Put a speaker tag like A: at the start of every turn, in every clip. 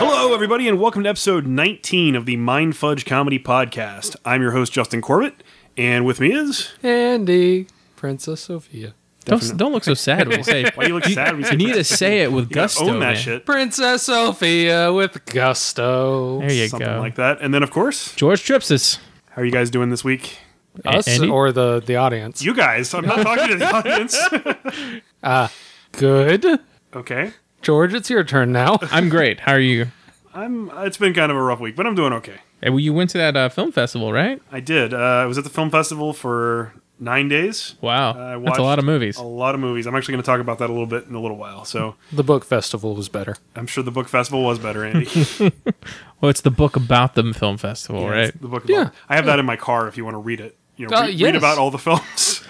A: Hello, everybody, and welcome to episode 19 of the Mind Fudge Comedy Podcast. I'm your host, Justin Corbett, and with me is.
B: Andy, Princess Sophia.
C: Don't, don't look so sad when you say it.
A: Why you look sad when you say
C: You need to
A: Princess
C: say it with
A: You gotta
C: gusto.
A: Own that
C: man.
A: shit.
B: Princess Sophia with gusto.
C: There you
A: Something
C: go.
A: like that. And then, of course,
C: George Tripsis.
A: how are you guys doing this week?
C: A-
B: Us
C: Andy?
B: or the, the audience?
A: You guys, I'm not talking to the audience.
B: Good.
A: Okay.
B: George, it's your turn now.
C: I'm great. How are you?
A: I'm. It's been kind of a rough week, but I'm doing okay.
C: Hey, well, you went to that uh, film festival, right?
A: I did. Uh, I was at the film festival for nine days.
C: Wow,
A: I
C: that's a lot
A: watched
C: of movies.
A: A lot of movies. I'm actually going to talk about that a little bit in a little while. So
B: The book festival was better.
A: I'm sure the book festival was better, Andy.
C: Well, it's the book about the film festival, right?
A: The book.
B: Yeah.
A: Yeah. I have that in my car if you want to read it. You know,
B: Uh,
A: re- read,
B: yes.
A: about all the films.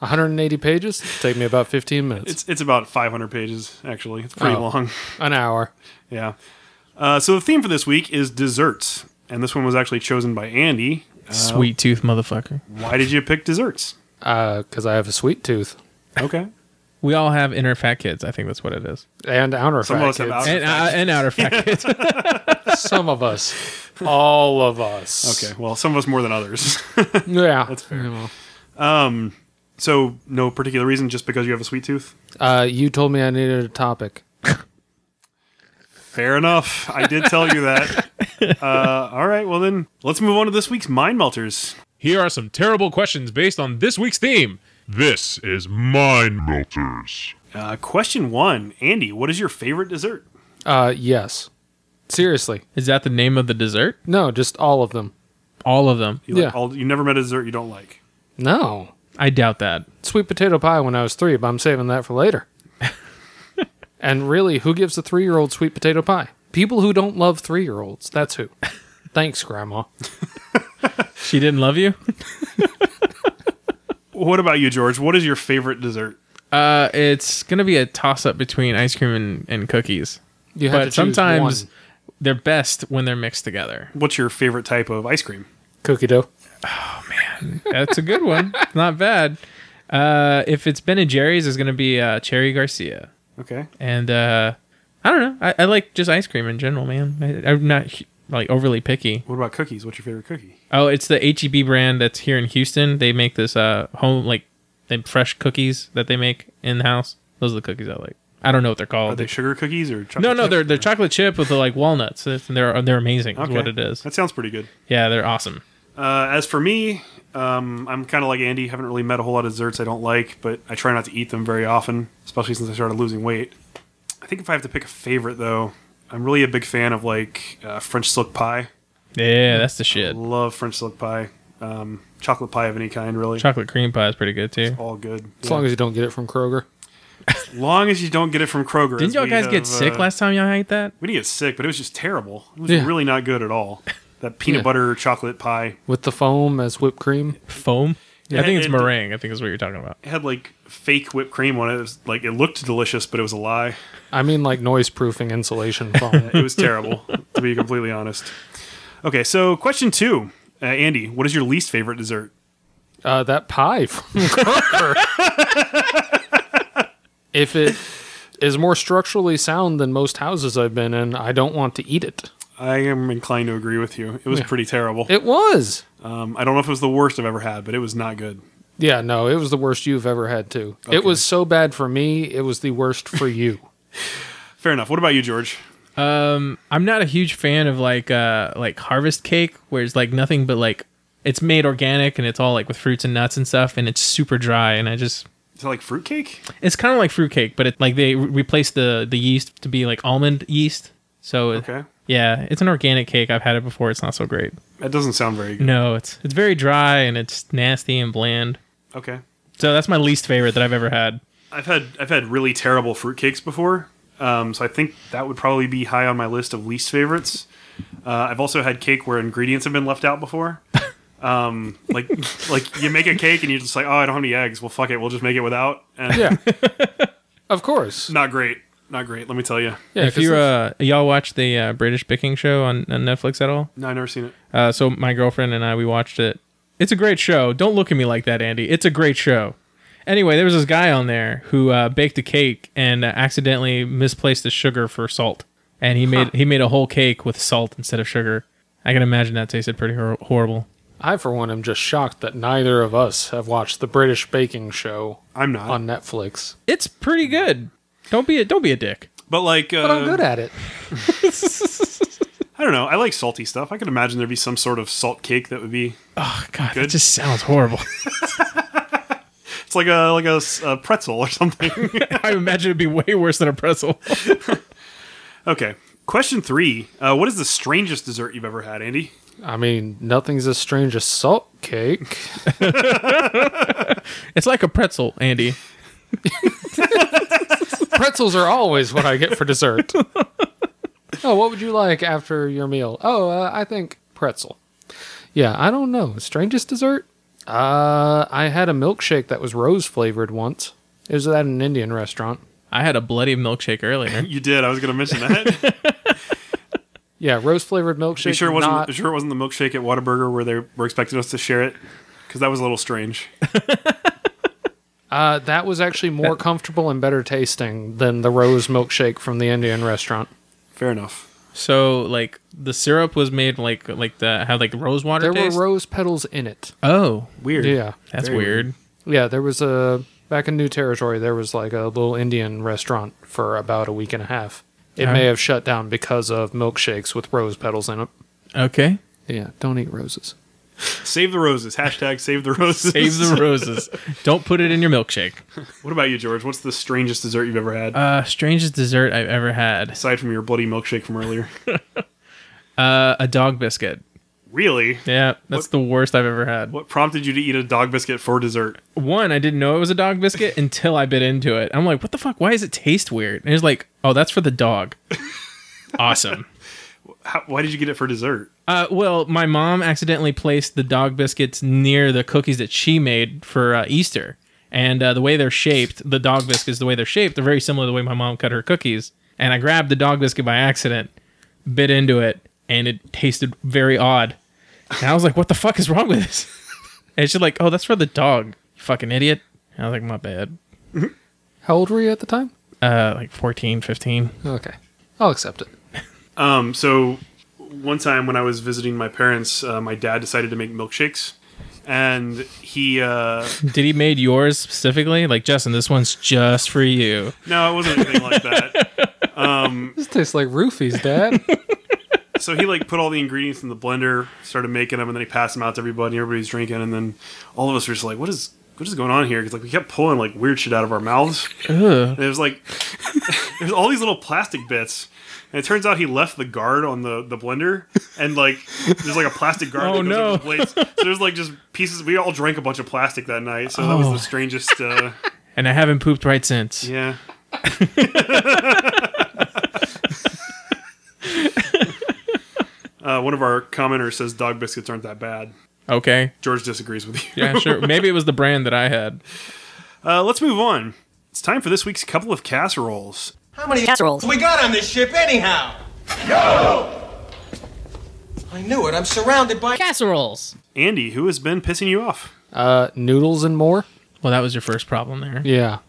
B: 180 pages. Take me about 15 minutes.
A: it's it's about 500 pages actually. It's pretty
B: Oh.
A: long.
B: an hour.
A: Yeah. Uh, so the theme for this week is desserts, and this one was actually chosen by Andy.
C: Sweet tooth motherfucker.
A: Why did you pick desserts?
B: Because Uh, I have a sweet tooth
A: Okay.
C: We all have inner fat kids. I think that's what it is.
B: and outer
A: Some
B: fat
A: of us have
B: kids.
A: outer-
C: And, uh, and outer fat kids.
B: Some of us. All of us.
A: Okay. Well, some of us more than others.
B: Yeah. That's fair.
A: so no particular reason, just because you have a sweet tooth.
B: Uh, you told me I needed a topic.
A: Fair enough. I did tell you that. Uh, all right. Well, then let's move on to this week's mind melters.
C: Here are some terrible questions based on this week's theme.
D: This is Mind Melters.
A: Uh, question one, Andy, what is your favorite dessert?
B: Uh, yes. Seriously.
C: Is that the name of the dessert?
B: No, just all of them.
C: All of them.
A: You like
B: Yeah.
A: all, you never met a dessert you don't like.
B: No.
C: I doubt that.
B: sweet potato pie when I was three, but I'm saving that for later. and really, who gives a three year old sweet potato pie? People who don't love three year olds. That's who. Thanks, Grandma.
C: She didn't love you.
A: What about you, George? What is your favorite dessert?
C: Uh, it's gonna be a toss up between ice cream and, and cookies.
B: You have to
C: but
B: choose
C: sometimes
B: one.
C: they're best when they're mixed together.
A: What's your favorite type of ice cream?
B: cookie dough.
C: That's a good one. It's Not bad. Uh, if it's Ben and Jerry's, it's gonna be uh, Cherry Garcia.
A: Okay.
C: And uh, I don't know. I, I like just ice cream in general, man. I, I'm not hu- like overly picky.
A: What about cookies? What's your favorite cookie?
C: Oh, it's the HEB brand that's here in Houston. They make this uh home like they fresh cookies that they make in house. Those are the cookies I like. I don't know what they're called.
A: Are they sugar cookies or chocolate?
C: no, no,
A: chip?
C: they're they're chocolate chip with the, like walnuts. They're they're amazing. Is
A: Okay.
C: what it is.
A: That sounds pretty good.
C: Yeah, they're awesome.
A: Uh, as for me, um, I'm kind of like Andy. Haven't really met a whole lot of desserts I don't like, but I try not to eat them very often, especially since I started losing weight. I think if I have to pick a favorite, though, I'm really a big fan of like uh, French silk pie.
C: Yeah, that's the shit.
A: Love French silk pie. Um, chocolate pie of any kind, really.
C: Chocolate cream pie is pretty good too.
A: All good.
B: As long as you don't get it from Kroger.
A: long as you don't get it from Kroger.
C: Didn't
A: as
C: y'all
A: we
C: guys get
A: have,
C: sick
A: uh,
C: last time y'all ate that?
A: We didn't get sick, but it was just terrible. It was
B: Yeah.
A: really not good at all. That peanut
B: Yeah.
A: butter chocolate pie
B: With the foam as whipped cream.
C: Foam? I think it's
A: it-
C: meringue. I think is what you're talking about.
A: it had like fake whipped cream on it. It was like it looked delicious, but it was a lie.
B: I mean, like noise proofing insulation foam.
A: It was terrible, to be completely honest. Okay, so question two, uh, Andy, what is your least favorite dessert?
B: uh, that pie from Kroger. if it is more structurally sound than most houses I've been in, I don't want to eat it.
A: I am inclined to agree with you. It was pretty terrible.
B: It was.
A: Um, I don't know if it was the worst I've ever had, but it was not good.
B: Yeah, no, it was the worst you've ever had too. It was so bad for me, it was the worst for you.
A: Fair enough. What about you, George?
C: Um, I'm not a huge fan of like uh like harvest cake where it's like nothing but like it's made organic and it's all like with fruits and nuts and stuff and it's super dry and I just
A: Is that like fruitcake?
C: it's kind of like fruitcake but it like they re- replace the the yeast to be like almond yeast. So it-
A: Okay.
C: yeah, it's an organic cake. I've had it before. It's not so great.
A: That doesn't sound very good.
C: No, it's it's very dry and it's nasty and bland.
A: Okay.
C: So that's my least favorite that I've ever had.
A: I've had I've had really terrible fruitcakes before, um, so I think that would probably be high on my list of least favorites. Uh, I've also had cake where ingredients have been left out before. Um, like like you make a cake and you're just like, oh, I don't have any eggs. Well, fuck it, we'll just make it without. And
B: Yeah. of course.
A: not great, not great. Let me tell you.
B: Yeah,
C: if
B: 'cause
C: you
B: it's-
C: uh y'all watch the uh, British baking show on, on Netflix at all,
A: No, I've never seen it.
C: uh, so my girlfriend and I we watched it. It's a great show. Don't look at me like that, Andy. It's a great show. Anyway, there was this guy on there who uh, baked a cake and uh, accidentally misplaced the sugar for salt, and he made he made a whole cake with salt instead of sugar. I can imagine that tasted pretty hor- horrible.
B: I, for one, am just shocked that neither of us have watched the British baking show
A: I'm not.
B: on Netflix.
C: It's pretty good. Don't be a don't be a dick.
A: but like, uh,
B: But I'm good at it.
A: I don't know. I like salty stuff. I could imagine there'd be some sort of salt cake that would be.
C: Oh god, that
A: Good.
C: just sounds horrible.
A: It's like a like a, s- a pretzel or something.
C: I imagine it'd be way worse than a pretzel.
A: okay. Question three: uh, What is the strangest dessert you've ever had, Andy?
B: I mean, nothing's as strange as salt cake.
C: It's like a pretzel, Andy.
B: Pretzels are always what I get for dessert. oh, what would you like after your meal? Oh, uh, I think pretzel. Yeah, I don't know. Strangest dessert? Uh, I had a milkshake that was rose flavored once. It was at an Indian restaurant.
C: I had a bloody milkshake earlier.
A: You did. I was going to mention that.
B: Yeah, rose flavored
A: Be
B: milkshake.
A: sure it wasn't
B: not-
A: sure it wasn't the milkshake at Whataburger where they were expecting us to share it because that was a little strange.
B: Uh, that was actually more comfortable and better tasting than the rose milkshake from the Indian restaurant.
A: Fair enough.
C: So like the syrup was made like like the had like rose
B: There
C: water taste.
B: were rose petals in it.
C: oh,
A: Weird.
B: Yeah.
C: that's
A: Very
C: weird.
B: Yeah, there was a back in New Territory. There was like a little Indian restaurant for about a week and a half. It may
C: Alright.
B: have shut down because of milkshakes with rose petals in it.
C: Okay,
B: Yeah, don't eat roses.
A: Save the roses. Hashtag save the roses.
C: save the roses. Don't put it in your milkshake.
A: What about you, George? What's the strangest dessert you've ever had
C: Uh, strangest dessert I've ever had.
A: aside from your bloody milkshake from earlier?
C: Uh, a dog biscuit.
A: really?
C: Yeah, that's the worst I've ever had.
A: What prompted you to eat a dog biscuit for dessert?
C: One, I didn't know it was a dog biscuit until I bit into it. I'm like, what the fuck? Why does it taste weird? And it's like, oh, that's for the dog. awesome.
A: How, why did you get it for dessert?
C: Uh, well, my mom accidentally placed the dog biscuits near the cookies that she made for uh, Easter. And uh, the way they're shaped, the dog biscuits, the way they're shaped, they're very similar to the way my mom cut her cookies. And I grabbed the dog biscuit by accident, bit into it, and it tasted very odd. And I was like, what the fuck is wrong with this? And she's like, oh, that's for the dog, you fucking idiot. And I was like, my bad.
B: How old were you at the time?
C: Uh, like 14, 15.
B: Okay, I'll accept it.
A: Um, so one time when I was visiting my parents, uh, my dad decided to make milkshakes, and he uh,
C: Did he made yours specifically? Like, Justin, this one's just for you.
A: no, it wasn't anything like that.
B: This tastes like roofies, Dad.
A: So he like put all the ingredients in the blender, started making them, and then he passed them out to everybody. and Everybody's drinking, and then all of us were just like, "What is what is going on here?" Because like we kept pulling like weird shit out of our mouths. And it was like there's all these little plastic bits. And it turns out he left the guard on the, the blender, and like there's like a plastic guard.
C: Oh,
A: that goes
C: no.
A: over the blades. So there's like just pieces. We all drank a bunch of plastic that night, so that was
C: Oh.
A: the strangest. Uh,
C: And I haven't pooped right since.
A: yeah, uh, one of our commenters says dog biscuits aren't that bad.
C: Okay.
A: George disagrees with you.
C: Yeah, sure. Maybe it was the brand that I had.
A: Uh, let's move on. It's time for this week's couple of casseroles.
E: How many assholes?
F: we got on this ship anyhow? Yo! I knew it. I'm surrounded by
E: Casseroles.
A: Andy, who has been pissing you off?
B: Uh, noodles and more.
C: Well, that was your first problem there.
B: Yeah,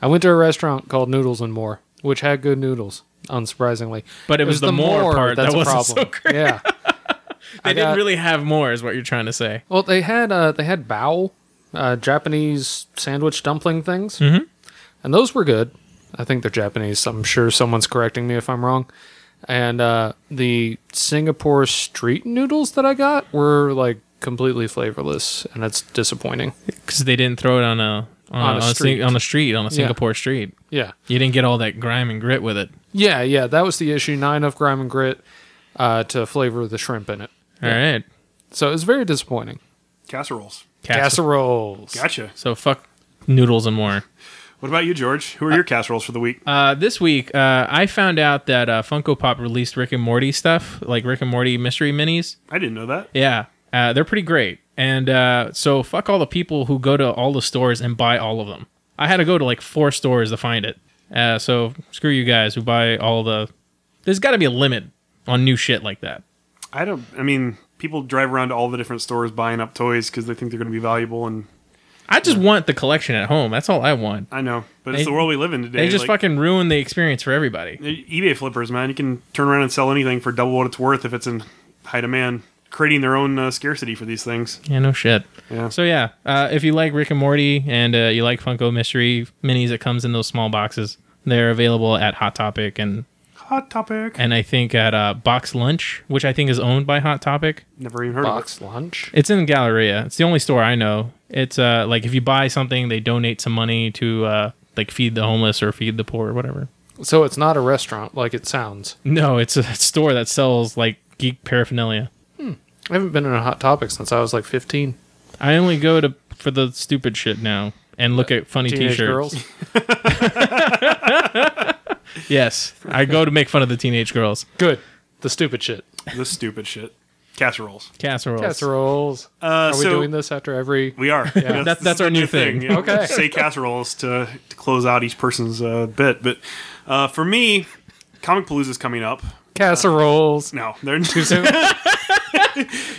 B: I went to a restaurant called Noodles and More, which had good noodles. Unsurprisingly,
C: But it was the more part that wasn't so great.
B: Yeah.
C: They didn't
B: got-
C: really have more, is what you're trying to say.
B: Well, they had uh, they had bao, uh, Japanese sandwich dumpling things, mm-hmm. and those were good. I think they're Japanese. So I'm sure someone's correcting me if I'm wrong. And uh, the Singapore street noodles that I got were like completely flavorless, and that's disappointing.
C: Because they didn't throw it on a on,
B: On a
C: a, sing-
B: street.
C: on a street on a Singapore street.
B: Yeah,
C: You didn't get all that grime and grit with it.
B: yeah, yeah. That was the issue. Not enough grime and grit uh, to flavor the shrimp in it.
C: All right,
B: So it was very disappointing.
A: Casseroles.
C: Casserole.
B: Casseroles.
A: Gotcha.
C: So fuck noodles and more.
A: What about you, George? Who are your casseroles for the week?
C: Uh, this week, uh, I found out that uh, Funko Pop released Rick and Morty stuff, like Rick and Morty mystery minis.
A: I didn't know that.
C: Yeah, uh, they're pretty great. And uh, so fuck all the people who go to all the stores and buy all of them. I had to go to like four stores to find it. Uh, so screw you guys who buy all the. There's got to be a limit on new shit like that.
A: I don't. I mean, people drive around to all the different stores buying up toys because they think they're going to be valuable, and
C: I just want the collection at home. That's all I want.
A: I know, but
C: They-
A: it's the world we live in today.
C: They just
A: like,
C: fucking ruined the experience for everybody.
A: eBay flippers, man. You can turn around and sell anything for double what it's worth if it's in high demand, creating their own uh, scarcity for these things.
C: Yeah, no shit.
A: Yeah.
C: So yeah, uh, if you like Rick and Morty and uh, you like Funko Mystery minis that comes in those small boxes, they're available at Hot Topic and
A: Hot topic.
C: and I think at uh, Box Lunch, which I think is owned by Hot Topic.
A: Never even heard
B: Box lunch.
C: It's in Galleria. It's the only store I know. It's uh like if you buy something, they donate some money to uh like feed the homeless or feed the poor or whatever.
B: So it's not a restaurant like it sounds.
C: No, it's a store that sells like geek paraphernalia.
B: I haven't been in a hot topic since I was like 15.
C: I only go to for the stupid shit now and look at funny
B: Teenage
C: t-shirts.
B: girls.
C: Yes, I go to make fun of the teenage girls.
B: Good. The stupid shit.
A: of it. This stupid shit. Casseroles.
C: Casseroles.
B: Casseroles.
A: Uh,
B: Are we
A: so
B: doing this after every?
A: We are.
C: That's- that's our
A: the
C: new thing.
A: yeah.
B: Okay.
A: Say casseroles to, to close out each person's uh, bit. But uh, for me, Comic Palooza is coming up.
B: Casseroles.
A: No, they're
B: soon?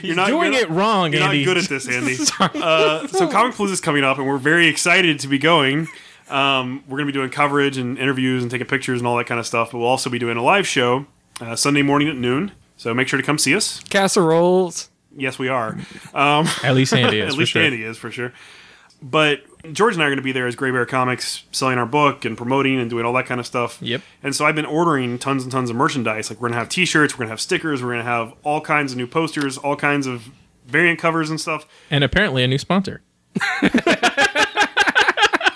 A: you're not
C: Doing
A: good-
C: it wrong,
A: You're
C: Andy.
A: not good at this, Andy. uh, so Comic Palooza is coming up, and we're very excited to be going. Um, we're going to be doing coverage and interviews and taking pictures and all that kind of stuff. But we'll also be doing a live show uh, Sunday morning at noon. So make sure to come see us.
B: Casseroles.
A: Yes, we are.
C: at least Andy is.
A: At
C: for
A: least
C: sure.
A: Andy is for sure. But George and I are going to be there as Gray Bear Comics, selling our book and promoting and doing all that kind of stuff.
C: Yep.
A: And so I've been ordering tons and tons of merchandise. Like we're going to have T-shirts, we're going to have stickers, we're going to have all kinds of new posters, all kinds of variant covers and stuff.
C: And apparently a new sponsor.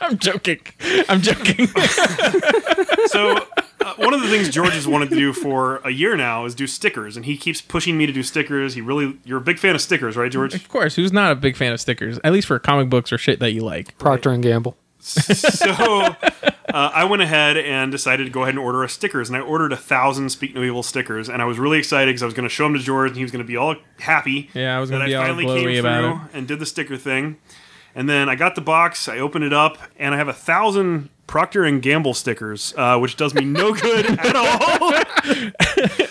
C: I'm joking. I'm joking.
A: So uh, one of the things George has wanted to do for a year now is do stickers, and he keeps pushing me to do stickers. He really, you're a big fan of stickers, right, George?
C: of course, who's not a big fan of stickers? At least for comic books or shit that you like.
B: Procter and Gamble.
A: so uh, I went ahead and decided to go ahead and order a stickers, and I ordered a thousand Speak No Evil stickers, and I was really excited because I was going to show them to George, and he was going to be all happy.
C: Yeah, I was
A: that
C: gonna be all
A: finally
C: glowy
A: came
C: about
A: through and did the sticker thing. And then I got the box, I opened it up, and I have a thousand Procter and Gamble stickers, uh, which does me no good at all.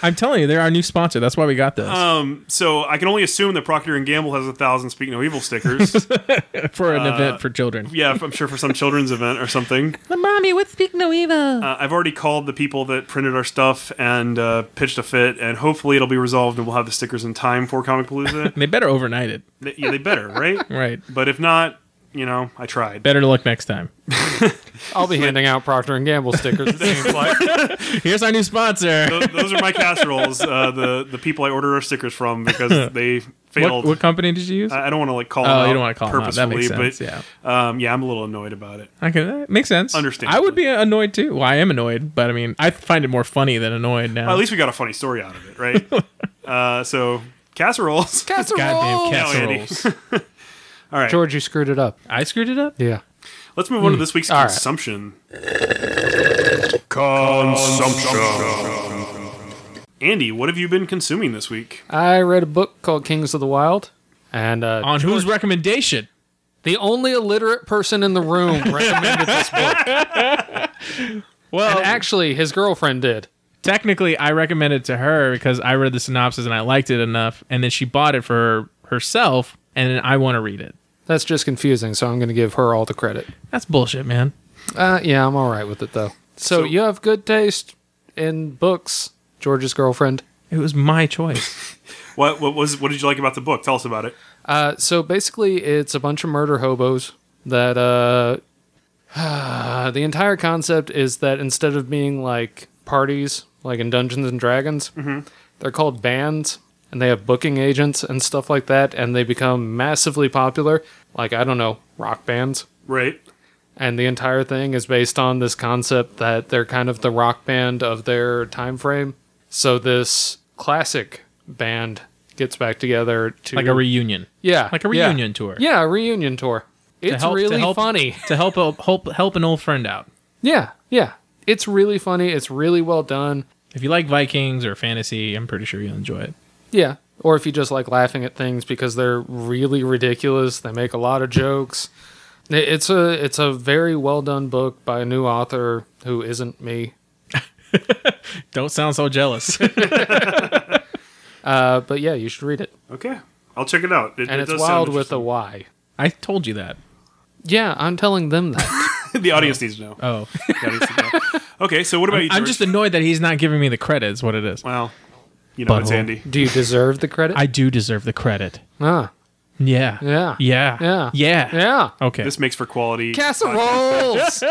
C: I'm telling you, they're our new sponsor. That's why we got this
A: So I can only assume that Procter and Gamble has a thousand Speak No Evil stickers.
C: for an event for children.
A: yeah, I'm sure for some children's event or something.
C: Mommy, what's Speak No Evil?
A: Uh, I've already called the people that printed our stuff and uh, pitched a fit, and hopefully it'll be resolved and we'll have the stickers in time for Comic Palooza.
C: they better overnight it.
A: They- yeah, they better, right?
C: Right.
A: But if not, you know, I tried.
C: Better luck next time.
B: I'll be handing out Procter and Gamble stickers. it seems like.
C: Here's our new sponsor.
A: Th- Those are my casseroles. Uh, the the people I ordered our stickers from because they
C: What,
A: failed.
C: what company did you use?
A: I I don't want to like call.
C: Oh,
A: them
C: you
A: out
C: don't wanna call them out. That
A: purposefully,
C: makes
A: but
C: sense,
A: um, yeah, I'm a little annoyed about it.
C: Okay, that uh, makes sense.
A: Understandably.
C: I would be annoyed too. Well, I am annoyed, but I mean, I find it more funny than annoyed now.
A: Well, at least we got a funny story out of it, right? uh, so casseroles.
C: Goddamn
B: Casseroles.
C: casseroles.
A: All right,
B: George, you screwed it up.
C: I screwed it up.
B: Yeah.
A: let's move on to this week's
B: All right.
A: consumption.
D: Consumption.
A: Andy, what have you been consuming this week?
B: I read a book called Kings of the Wild, and uh,
C: On whose recommendation?
B: the only illiterate person in the room recommended this book.
C: Well,
B: And actually, his girlfriend did.
C: technically, I recommended it to her because I read the synopsis and I liked it enough, and then she bought it for herself, and then I want to read it.
B: That's just confusing, so I'm going to give her all the credit.
C: That's bullshit, man.
B: Uh, yeah, I'm all right with it though. So, you have good taste in books, George's girlfriend.
C: It was my choice.
A: What what was what did you like about the book? Tell us about it.
B: Uh, so basically, it's a bunch of murder hobos that uh, the entire concept is that instead of being like parties, like in Dungeons and Dragons, they're called bands and they have booking agents and stuff like that, and they become massively popular. Like, I don't know, rock bands.
A: Right.
B: and the entire thing is based on this concept that they're kind of the rock band of their time frame. So this classic band gets back together to
C: like a reunion.
B: yeah,
C: Like a
B: yeah.
C: reunion tour.
B: Yeah, a reunion tour.
C: To
B: It's
C: help- to
B: really
C: help-
B: funny.
C: To help, help help an old friend out.
B: Yeah, yeah. It's really funny. It's really well done.
C: If you like Vikings or fantasy, I'm pretty sure you'll enjoy it.
B: Yeah. Or if you just like laughing at things because they're really ridiculous, they make a lot of jokes. I- It's a it's a very well done book by a new author who isn't me.
C: Don't sound so jealous.
B: Uh, but yeah, you should read it.
A: Okay. I'll check it out. It,
B: and
A: it
B: it's
A: does sound
B: wild with a
A: interesting.
B: Y.
C: I told you that.
B: Yeah, I'm telling them that.
A: the audience needs to know.
C: Oh,
A: The audience needs to know. Okay, so what about you?
C: I'm
A: George?
C: just annoyed that he's not giving me the credit. Is what it is.
A: well, you know it's
C: Butthole.
A: Andy.
B: Do you deserve the credit?
C: I do deserve the credit.
B: ah,
C: Yeah.
B: Yeah.
C: Yeah. Oh.
B: Yeah.
C: Yeah.
B: yeah.
C: Okay.
A: This makes for quality.
B: Casseroles.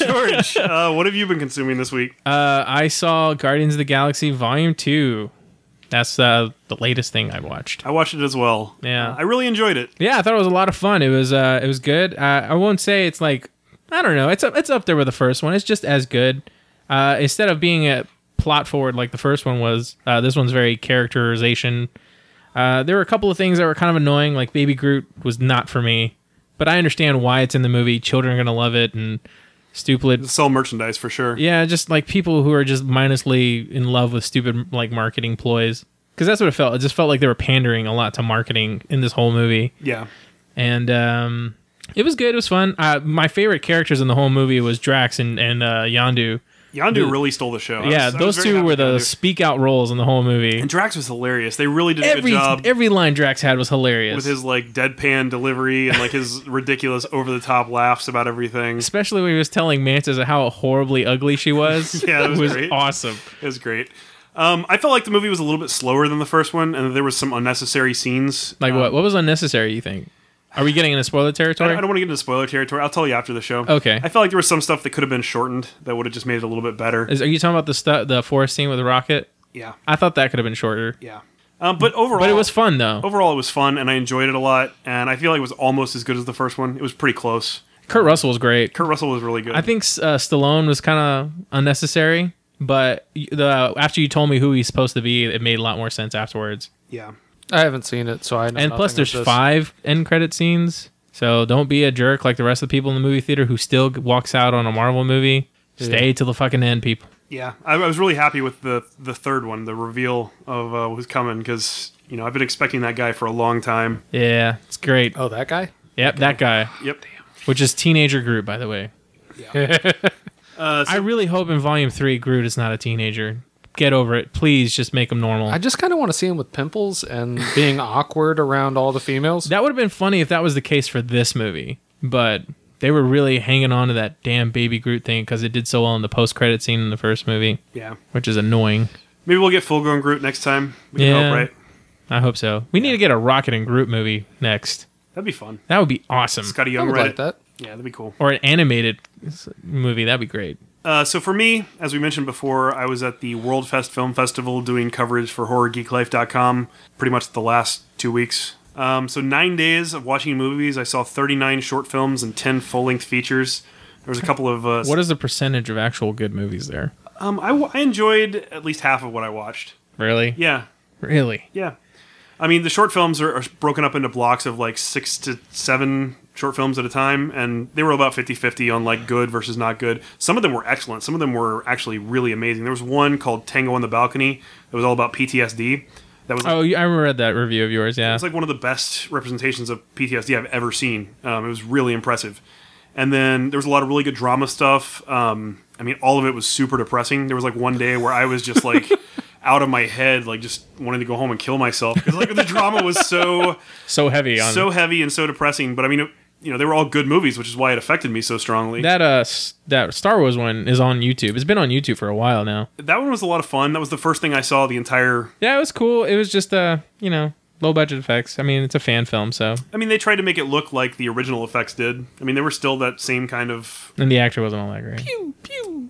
A: George, uh, what have you been consuming this week?
C: Uh, I saw Guardians of the Galaxy Volume Two. That's uh, the latest thing I watched.
A: I watched it as well.
C: Yeah.
A: I really enjoyed it.
C: Yeah, I thought it was a lot of fun. It was uh, it was good. Uh, I won't say it's like I don't know. It's up, it's up there with the first one. It's just as good. Uh, instead of being a plot forward like the first one was, uh, this one's very characterization. Uh, there were a couple of things that were kind of annoying, like Baby Groot was not for me, but I understand why it's in the movie. Children are gonna love it, and stupid
A: Sell merchandise for sure.
C: Yeah, just like people who are just mindlessly in love with stupid like marketing ploys. Because that's what it felt. It just felt like they were pandering a lot to marketing in this whole movie,
A: Yeah.
C: and um, it was good. It was fun. Uh, my favorite characters in the whole movie was Drax and and uh, Yondu.
A: Yondu really stole the show. I
C: yeah,
A: was- I was
C: those
A: very
C: two
A: happy
C: were
A: with
C: the
A: Yondu.
C: speak out roles in the whole movie.
A: And Drax was hilarious. They really did a
C: Every
A: good job
C: every line Drax had was hilarious.
A: with his like deadpan delivery and like his ridiculous over the top laughs about everything. It
C: Especially when he was telling Mantis how horribly ugly she was.
A: Yeah, that was
C: it was
A: great.
C: awesome.
A: was great. Um, I felt like the movie was a little bit slower than the first one, and there was some unnecessary scenes.
C: Like what? What was unnecessary? You think? Are we getting into spoiler
A: I
C: territory?
A: don't, I don't want to get into spoiler territory. I'll tell you after the show.
C: Okay.
A: I felt like there was some stuff that could have been shortened that would have just made it a little bit better.
C: Is, are you talking about the stu- the forest scene with the rocket?
A: yeah.
C: I thought that could have been shorter,
A: Yeah. Um, but overall,
C: but it was fun though.
B: Oh.
A: overall it was fun, and I enjoyed it a lot. And I feel like it was almost as good as the first one. It was pretty close.
C: Kurt Russell was great.
A: Kurt Russell was really good.
C: I think uh, Stallone was kind of unnecessary, but y- the uh, after you told me who he's supposed to be, it made a lot more sense afterwards.
A: yeah.
B: I haven't seen it, so I know.
C: and
B: nothing
C: plus,
B: of
C: there's
B: this.
C: five end credit scenes, so don't be a jerk like the rest of the people in the movie theater who still g- walks out on a Marvel movie. Stay till the fucking end, people.
A: Yeah, I, I was really happy with the the third one, the reveal of uh, who's coming, because you know I've been expecting that guy for a long time.
C: Yeah, it's great.
B: Oh, that guy.
C: Yep, that guy,
A: Yep.
C: which is teenager Groot, by the way.
A: Uh, so
C: I really hope in Volume Three, Groot is not a teenager. Get over it, please. Just make him normal.
B: I just kind of want to see him with pimples and being awkward around all the females.
C: that would have been funny if that was the case for this movie, but they were really hanging on to that damn baby Groot thing because it did so well in the post-credit scene in the first movie,
A: yeah,
C: which is annoying.
A: maybe we'll get full grown Groot next time. We can
C: Yeah.
A: hope, right?
C: I hope so. We need to get a Rocket and Groot movie next.
A: That'd be fun.
C: That would be awesome.
A: Scotty
B: Hmm. I
A: Young
B: would
A: read
B: like
A: it.
B: that.
A: Yeah, that'd be cool.
C: Or an animated s- movie. That'd be great.
A: Uh, so for me, as we mentioned before, I was at the World Fest Film Festival doing coverage for HorrorGeekLife.com pretty much the last two weeks. Um, so nine days of watching movies. I saw 39 short films and 10 full length features. There was a couple of uh,
C: What is the percentage of actual good movies there?
A: um, I, w- I enjoyed at least half of what I watched.
C: Really?
A: Yeah,
C: Really?
A: yeah. I mean, the short films are, are broken up into blocks of like six to seven short films at a time, and they were about 50 50 on like good versus not good. Some of them were excellent, some of them were actually really amazing. There was one called Tango on the Balcony that was all about PTSD. That was like,
C: Oh, you- I read that review of yours. Yeah.
A: it's like one of the best representations of PTSD I've ever seen. Um, it was really impressive. And then there was a lot of really good drama stuff. Um, I mean, all of it was super depressing. There was like one day where I was just like out of my head, like just wanting to go home and kill myself because like the drama was so
C: so heavy on
A: so heavy and so depressing. But I mean, it, you know, they were all good movies, which is why it affected me so strongly.
C: that uh s- that Star Wars one is on YouTube. It's been on YouTube for a while now.
A: that one was a lot of fun. That was the first thing I saw the entire
C: Yeah, it was cool. It was just uh, you know, low budget effects. I mean, it's a fan film, so
A: I mean, they tried to make it look like the original effects did. I mean, they were still that same kind of
C: and the actor wasn't all that great.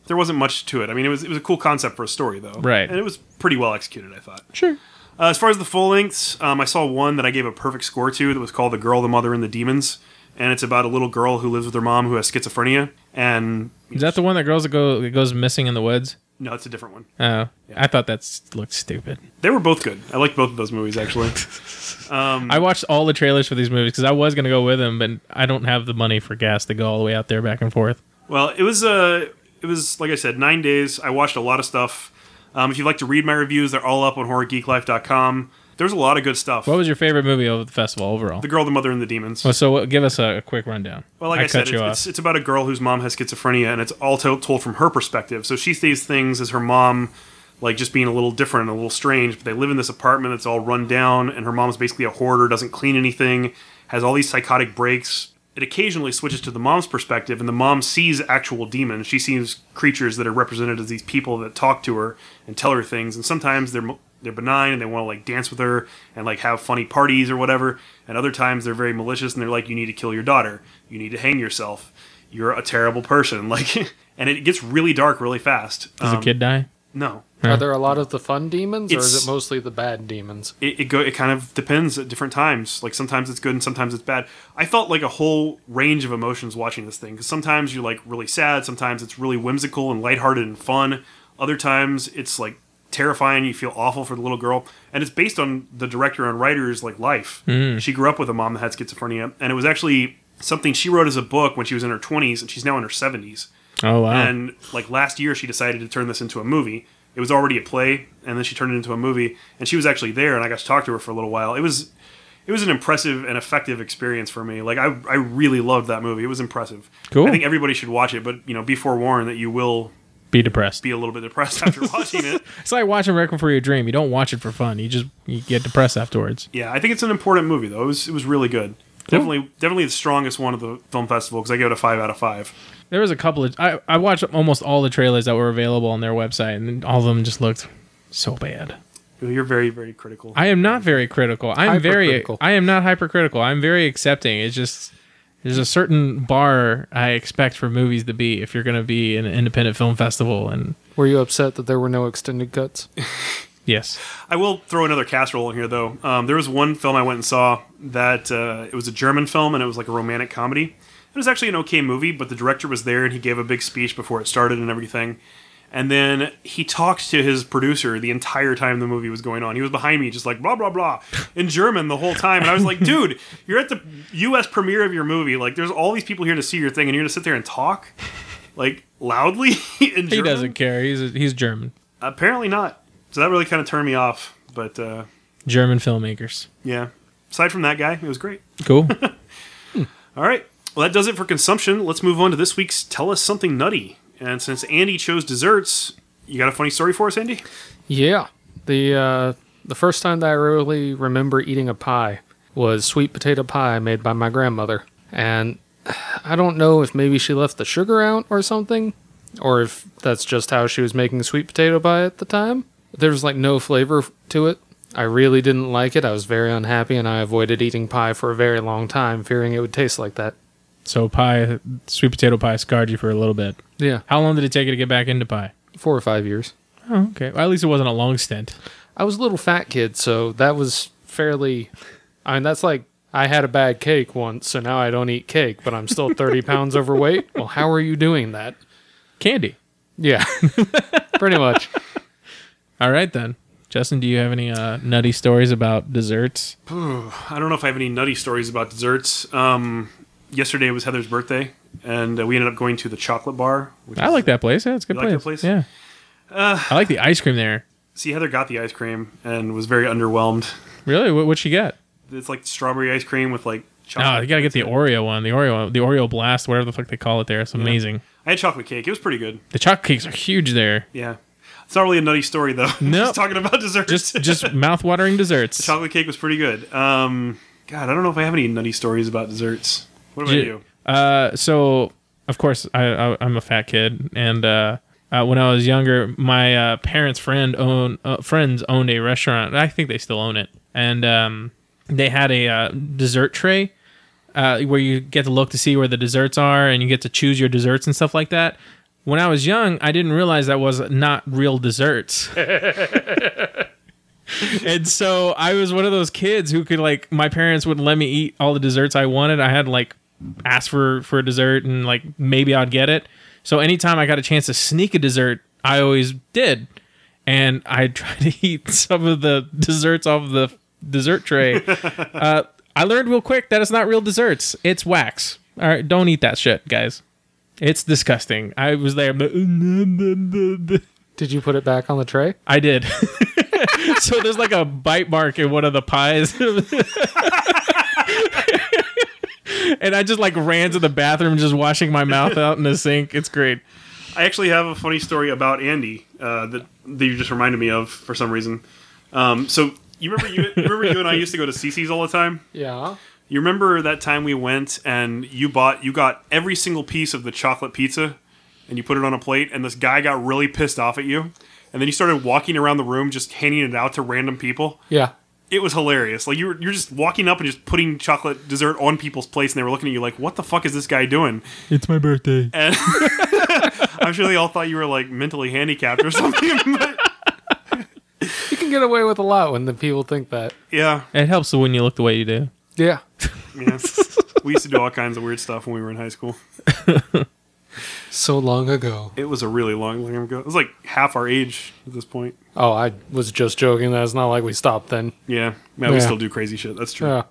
A: there wasn't much to it. I mean, it was it was a cool concept for a story though,
C: Right.
A: And it was pretty well executed, I thought.
C: Sure.
A: Uh, as far as the full lengths, um, I saw one that I gave a perfect score to that was called "The Girl, the Mother, and the Demons," and it's about a little girl who lives with her mom who has schizophrenia. And
C: Is that the one that girls that go that goes missing in the woods?
A: no, it's a different one.
C: Oh, I thought that looked stupid.
A: They were both good. I liked both of those movies actually. Mm.
C: I watched all the trailers for these movies because I was gonna go with them, but I don't have the money for gas to go all the way out there back and forth.
A: Well, it was uh, it was like I said, nine days. I watched a lot of stuff. Um, if you'd like to read my reviews, they're all up on horrorgeeklife.com. There's a lot of good stuff.
C: What was your favorite movie of the festival overall?
A: the girl, the mother, and the demons?
C: Well, so what, give us a, quick rundown.
A: Well, like I, said,
C: cut you
A: it's,
C: off.
A: it's, it's about a girl whose mom has schizophrenia, and it's all to- told from her perspective. So she sees things as her mom, like just being a little different, a little strange. But they live in this apartment that's all run down, and her mom's basically a hoarder, doesn't clean anything, has all these psychotic breaks. It occasionally switches to the mom's perspective, and the mom sees actual demons. She sees creatures that are represented as these people that talk to her and tell her things, and sometimes they're mo- they're benign and they want to like dance with her and like have funny parties or whatever. And other times they're very malicious and they're like, "You need to kill your daughter. You need to hang yourself. You're a terrible person." Like, and it gets really dark really fast.
C: Does
A: Um,
C: the kid die?
A: No,
B: Are there a lot of the fun demons, or is
A: It's-
B: it mostly the bad demons?
A: it, it go it kind of depends at different times. Like sometimes it's good and sometimes it's bad. I felt like a whole range of emotions watching this thing because sometimes you're like really sad, sometimes it's really whimsical and lighthearted and fun. Other times it's like terrifying. You feel awful for the little girl, and it's based on the director and writer's like life. She grew up with a mom that had schizophrenia, and it was actually something she wrote as a book when she was in her 20s, and she's now in her 70s.
C: Oh wow.
A: And like last year, she decided to turn this into a movie. It was already a play, and then she turned it into a movie. And she was actually there, and I got to talk to her for a little while. It was, it was an impressive and effective experience for me. Like I, I really loved that movie. It was impressive.
C: Cool.
A: I think everybody should watch it, but you know, be forewarned that you will
C: Be depressed.
A: be a little bit depressed after watching it.
C: It's like watching Requiem for Your Dream. You don't watch it for fun. You just you get depressed afterwards.
A: Yeah, I think it's an important movie though. It was, it was really good. Definitely, definitely the strongest one of the film festival because I gave it a five out of five.
C: There was a couple of I, I watched almost all the trailers that were available on their website, and all of them just looked so bad.
A: You're very, very critical.
C: I am not very critical. I'm very
B: Hypercritical.
C: I am not hypercritical. I'm very accepting. It's just there's a certain bar I expect for movies to be if you're going to be in an independent film festival and
B: Were you upset that there were no extended cuts?
C: yes.
A: I will throw another casserole in here, though. Um, there was one film I went and saw that uh, it was a German film and it was like a romantic comedy. It was actually an okay movie, but the director was there and he gave a big speech before it started and everything. And then he talked to his producer the entire time the movie was going on. He was behind me, just like blah blah blah in German the whole time. And I was like, "Dude, you're at the U.S. premiere of your movie. Like, there's all these people here to see your thing, and you're gonna sit there and talk like loudly in German."
C: He doesn't care. He's he's German.
A: Apparently not. So that really kind of turned me off. But uh,
C: German filmmakers.
A: yeah. Aside from that guy, it was great.
C: Cool.
A: All right. Well, that does it for consumption. Let's move on to this week's Tell Us Something Nutty. And since Andy chose desserts, you got a funny story for us, Andy?
B: Yeah. The uh, the first time that I really remember eating a pie was sweet potato pie made by my grandmother. And I don't know if maybe she left the sugar out or something, or if that's just how she was making sweet potato pie at the time. There was like no flavor to it. I really didn't like it. I was very unhappy and I avoided eating pie for a very long time, fearing it would taste like that.
C: so pie sweet potato pie scarred you for a little bit.
B: Yeah.
C: How long did it take you to get back into pie?
B: Four or five years.
C: Oh, okay. Well, at least it wasn't a long stint.
B: I was a little fat kid, so that was fairly. I mean, that's like I had a bad cake once, so now I don't eat cake, but I'm still 30 pounds overweight. Well, how are you doing that?
C: Candy.
B: Yeah, pretty much.
C: All right then. Justin, do you have any uh, nutty stories about desserts?
A: I don't know if I have any nutty stories about desserts. Um, yesterday was Heather's birthday, and uh, we ended up going to the chocolate bar. Which
C: I like that place. Yeah, it's a good
A: You
C: place.
A: like that place? Uh.
C: Yeah. I like the ice cream there.
A: See, Heather got the ice cream and was very underwhelmed.
C: Really? What what you got?
A: It's like strawberry ice cream with like
C: Oh,
A: chocolate.
C: you gotta get the Oreo one. The Oreo the Oreo blast, whatever the fuck they call it there. It's amazing.
A: I had chocolate cake. It was pretty good.
C: The chocolate cakes are huge there.
A: Yeah. It's not really a nutty story, though.
C: No.
A: just talking about desserts.
C: Just just mouth watering desserts.
A: chocolate cake was pretty good. Um, God, I don't know if I have any nutty stories about desserts. What about
C: Ju-
A: you?
C: Uh, so of course I, I I'm a fat kid, and uh, uh, when I was younger, my uh, parents' friend own uh, friends owned a restaurant. I think they still own it, and um, they had a uh, dessert tray. Uh, where you get to look to see where the desserts are and you get to choose your desserts and stuff like that. When I was young, I didn't realize that was not real desserts. and so I was one of those kids who could like my parents would let me eat all the desserts I wanted. I had like asked for for a dessert and like maybe I'd get it. So anytime I got a chance to sneak a dessert, I always did. And I tried to eat some of the desserts off the dessert tray. uh, I learned real quick that it's not real desserts. It's wax. All right, don't eat that shit, guys. It's disgusting. I was there.
B: Did you put it back on the tray?
C: I did. so there's like a bite mark in one of the pies. and I just like ran to the bathroom just washing my mouth out in the sink. It's great.
A: I actually have a funny story about Andy uh, that, that you just reminded me of for some reason. Um, so you remember you, you remember you and I used to go to CC's all the time.
B: Yeah.
A: You remember that time we went and you bought you got every single piece of the chocolate pizza and you put it on a plate and this guy got really pissed off at you and then you started walking around the room just handing it out to random people.
B: Yeah.
A: It was hilarious. Like you're you're just walking up and just putting chocolate dessert on people's plates and they were looking at you like, "What the fuck is this guy doing?"
C: It's my birthday.
A: And I'm sure they all thought you were like mentally handicapped or something. but
B: You can get away with a lot when the people think that.
A: yeah,
C: It helps when you look the way you do.
B: Yeah.
A: yeah. We used to do all kinds of weird stuff when we were in high school.
B: So long ago.
A: It was a really long time ago. It was like half our age at this point.
B: Oh, I was just joking. That's not like we stopped then.
A: Yeah. Man, we
B: Yeah.
A: still do crazy shit. That's true.
B: Yeah.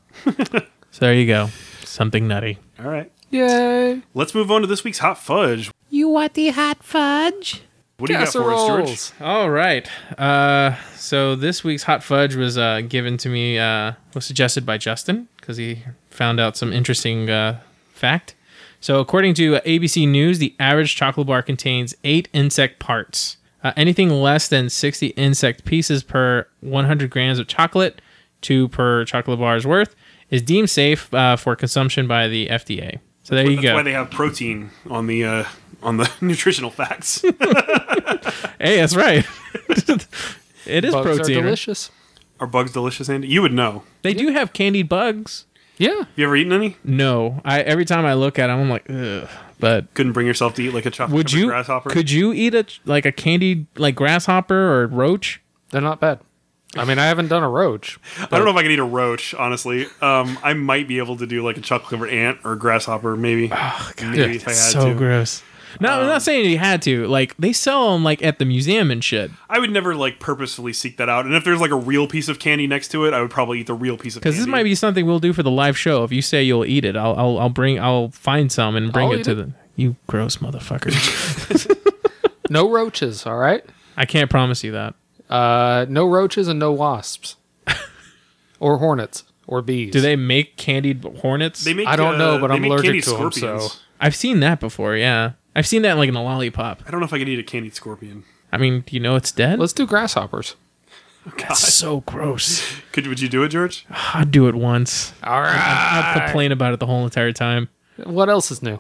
C: So there you go. Something nutty.
A: All right.
B: Yay.
A: Let's move on to this week's hot fudge.
E: You want the hot fudge?
A: What do you got for us, George?
B: Casseroles.
C: All right. Uh, so this week's hot fudge was uh, given to me, uh, was suggested by Justin because he found out some interesting uh, fact. So according to ABC News, the average chocolate bar contains eight insect parts. Uh, anything less than 60 insect pieces per 100 grams of chocolate, two per chocolate bar's worth, is deemed safe uh, for consumption by the FDA. So there you
A: That's why
C: go.
A: they have protein on the uh, on the nutritional facts.
C: hey, that's right. it is
B: Bugs
C: protein.
B: are
C: right?
B: delicious.
A: Are bugs delicious, Andy? You would know.
C: They do have candied bugs.
B: Yeah.
A: You ever eaten any?
C: No, I every time I look at them, I'm like, ugh. But
A: Couldn't bring yourself to eat like a chocolate
C: would
A: covered
C: you?
A: grasshopper.
C: Could you eat a like a candied like grasshopper or roach?
B: They're not bad. I mean, I haven't done a roach.
A: I don't know if I could eat a roach, honestly. Um, I might be able to do like a chocolate covered ant or grasshopper, maybe. maybe
B: yeah,
A: if I had
C: So
A: to. Um,
C: gross. No, I'm not saying you had to. Like they sell them like at the museum and shit.
A: I would never like purposefully seek that out. And if there's like a real piece of candy next to it, I would probably eat the real piece of
C: Because
A: candy.
C: this might be something we'll do for the live show. If you say you'll eat it, I'll I'll, I'll bring I'll find some and bring
B: I'll
C: it
B: eat
C: to
B: it.
C: the you gross motherfucker.
B: No roaches, all right?
C: I can't promise you that.
B: Uh, no roaches and no wasps. or hornets or bees.
C: Do they make candied hornets?
A: They make,
B: I don't know,
A: uh,
B: but
A: they
B: I'm
A: make
B: allergic
A: candied
B: to 'em, so-
A: scorpions.
C: I've seen that before. Yeah, I've seen that like in a lollipop.
A: I don't know if I could eat a candied scorpion.
C: I mean, do you know it's dead?
B: Let's do grasshoppers.
C: That's so gross.
A: Could would you do it, George?
C: I'd do it once.
B: All right.
C: I'd complain about it the whole entire time.
B: What else is new?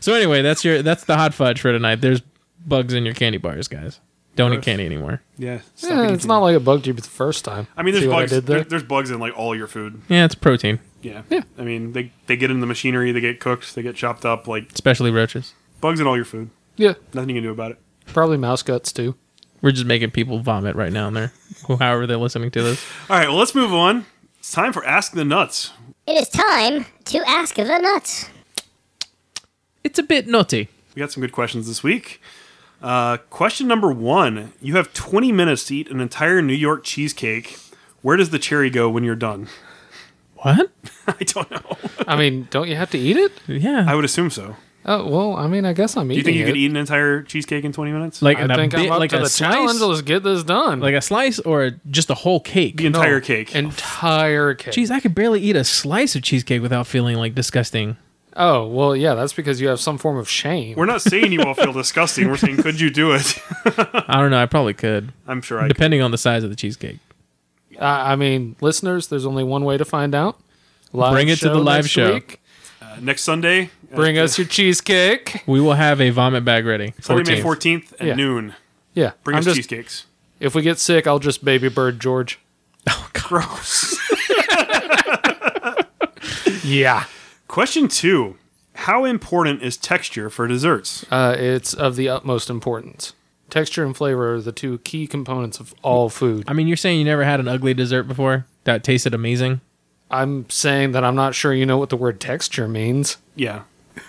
C: So anyway, that's your that's the hot fudge for tonight. There's bugs in your candy bars, guys. Don't eat candy anymore.
A: Yeah. stop
B: Yeah,
A: eating
B: Eh, it's not
A: candy.
B: like it bugged you the first time.
A: I mean, there's
B: See what
A: bugs.
B: I did there?
A: there- there's bugs in like all your food.
C: Yeah, it's protein,
A: Yeah. I mean, they they get in the machinery, they get cooked, they get chopped up. Like
C: especially roaches.
A: bugs in all your food.
B: Yeah,
A: Nothing you can do about it.
B: probably mouse guts too.
C: We're just making people vomit right now in there. However, they're listening to this.
A: All right. Well, let's move on. It's time for ask the nuts.
G: It is time to ask the nuts.
C: It's a bit nutty.
A: We got some good questions this week. Uh, question number one: You have 20 minutes to eat an entire New York cheesecake. Where does the cherry go when you're done?
C: What?
A: I don't know.
B: I mean, don't you have to eat it?
C: Yeah.
A: I would assume so.
B: Oh well, I mean, I guess I'm
A: Do you
B: eating
A: think you
B: it.
A: could eat an entire cheesecake in 20 minutes?
C: like
B: I think I'm up to the challenge. Let's get this done.
C: like a slice or just a whole cake.
A: the entire cake.
B: entire cake.
C: Jeez, I could barely eat a slice of cheesecake without feeling like disgusting.
B: Oh well, yeah, that's because you have some form of shame.
A: We're not saying you all feel disgusting. We're saying, could you do it?
C: I don't know. I probably could,
A: I'm sure I could.
C: depending on the size of the cheesecake.
B: I, I mean, listeners, there's only one way to find out. Live
C: Bring it to the live
B: next
C: show.
B: week.
A: Uh, next Sunday, uh,
B: Bring us your cheesecake.
C: We will have a vomit bag ready.
A: Sunday, May
C: 14th.
A: 14th at
B: Yeah.
A: noon.
B: Yeah,
A: Bring
B: I'm
A: us
B: just-
A: cheesecakes.
B: If we get sick, I'll just baby bird George.
A: Gross.
B: Yeah,
A: Question two How important is texture for desserts?
B: uh, it's of the utmost importance. Texture and flavor are the two key components of all food.
C: I mean, you're saying you never had an ugly dessert before that tasted amazing?
B: I'm saying that I'm not sure you know what the word texture means.
A: Yeah.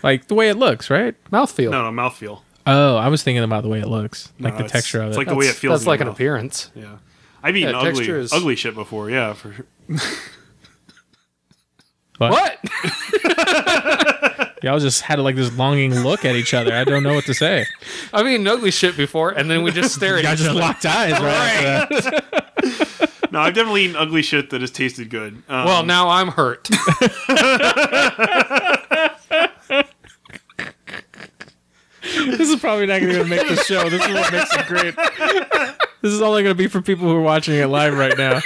C: Like the way it looks, right?
B: Mouthfeel.
A: No, no, mouthfeel.
C: Oh, I was thinking about the way it looks, like
A: No,
C: the
A: it's-
C: texture of
A: it's
C: it.
A: like the
B: that's,
A: way it feels
B: That's
A: in
B: like
A: your
B: an
A: mouth.
B: appearance.
A: Yeah. I've eaten
B: Yeah,
A: ugly,
B: texture is-
A: ugly shit before. Yeah, for sure.
B: What?
C: Y'all just had like this longing look at each other. I don't know what to say.
B: I've eaten ugly shit before, and then we just stare at
C: Y'all
B: each
C: just
B: other.
C: locked eyes, right? Uh, after that.
A: No, I've definitely eaten ugly shit that has tasted good. Um,
B: Well, now I'm hurt.
C: This is probably not going to make the show. This is what makes it great. This is only going to be for people who are watching it live right now.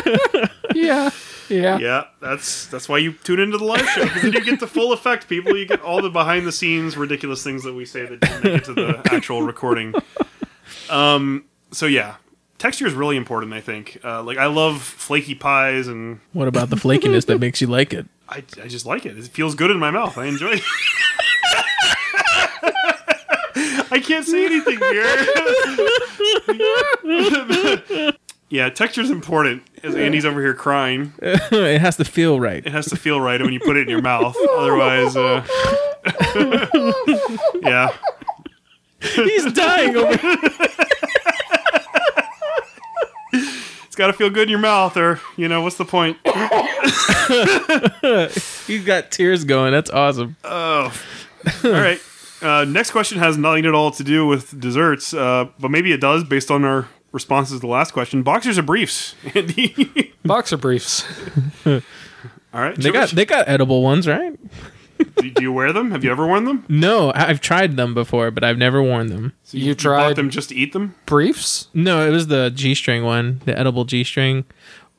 B: yeah. Yeah.
A: Yeah, that's that's why you tune into the live show because you get the full effect, people. You get all the behind the scenes ridiculous things that we say that didn't make it to the actual recording. Um, so yeah, texture is really important. I think. Uh, like I love flaky pies, and
C: What about the flakiness that makes you like it?
A: I I just like it. It feels good in my mouth. I enjoy it. I can't say anything here. yeah, texture's important. As Andy's over here crying.
C: it has to feel right.
A: it has to feel right when you put it in your mouth. Otherwise, uh, yeah.
C: He's dying over here.
A: It's got to feel good in your mouth, or, you know, what's the point?
C: He's got tears going. That's awesome.
A: All right. Uh, next question has nothing at all to do with desserts, uh, but maybe it does based on our responses to the last question. Boxers or briefs, Andy?
B: Boxer briefs.
A: all right.
C: They got they got edible ones, right?
A: do, do you wear them? Have you ever worn them?
C: No, I- I've tried them before, but I've never worn them.
B: You,
A: Bought
B: tried
A: them just to eat them?
B: briefs?
C: No, it was the G string one, the edible G string.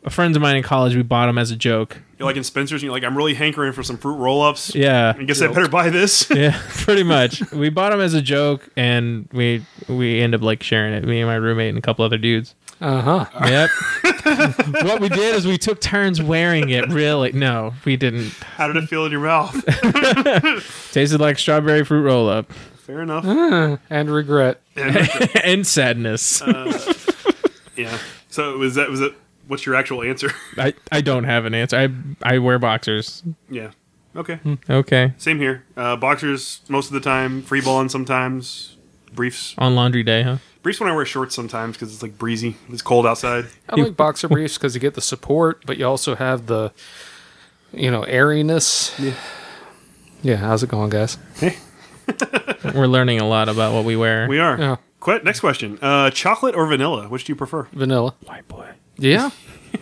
C: A friend of mine in college, we bought them as a joke.
A: You're like in Spencer's and you're like, I'm really hankering for some fruit roll ups.
C: Yeah,
A: I guess I better buy this.
C: yeah, pretty much. we bought them as a joke, and we we end up like sharing it. Me and my roommate and a couple other dudes.
B: Uh huh.
C: Yep. what we did is we took turns wearing it. Really? No, we didn't.
A: How did it feel in your mouth?
C: Tasted like strawberry fruit roll up
A: Fair enough.
B: And regret.
C: and sadness.
A: Uh. Yeah. So was that was it? What's your actual answer?
C: I, I don't have an answer. I I wear boxers.
A: yeah. Okay.
C: Hmm. Okay.
A: Same here. Uh, boxers most of the time. Free balling sometimes. Briefs.
C: On laundry day, huh?
A: Briefs when I wear shorts sometimes because it's like breezy. It's cold outside.
B: I like boxer briefs because you get the support, but you also have the, you know, airiness. Yeah. Yeah. How's it going, guys?
C: We're learning a lot about what we wear.
A: We are.
B: Yeah.
A: Que- next question. Uh, chocolate or vanilla? Which do you prefer?
B: Vanilla.
C: white boy.
B: Yeah.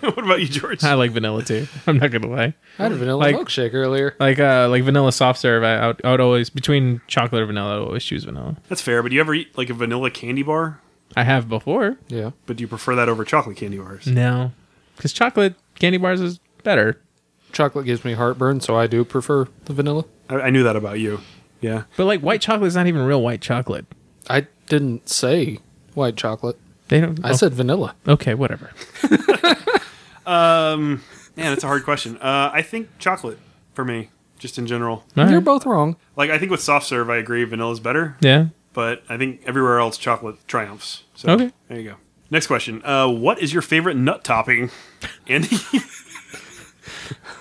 A: what about you, George?
C: I like vanilla too. I'm not gonna lie.
B: I had a vanilla
C: Like-
B: milkshake earlier.
C: Like uh, like vanilla soft serve. I, I, would, I would always between chocolate or vanilla. I would always choose vanilla.
A: That's fair. But do you ever eat like a vanilla candy bar?
C: I have before.
B: Yeah.
A: But do you prefer that over chocolate candy bars?
C: No, because chocolate candy bars is better.
B: Chocolate gives me heartburn, so I do prefer the vanilla.
A: I, I knew that about you. Yeah.
C: But like white chocolate is not even real white chocolate.
B: I didn't say white chocolate.
C: They don't.
B: I said vanilla.
C: okay, whatever.
A: Man, it's a hard question. Uh, I think chocolate for me, just in general.
B: You're
C: Alright.
B: both wrong.
A: Like I think with soft serve, I agree vanilla's better.
C: Yeah.
A: but I think everywhere else chocolate triumphs. So
C: Okay.
A: there you go. Next question. Uh, what is your favorite nut topping? Andy,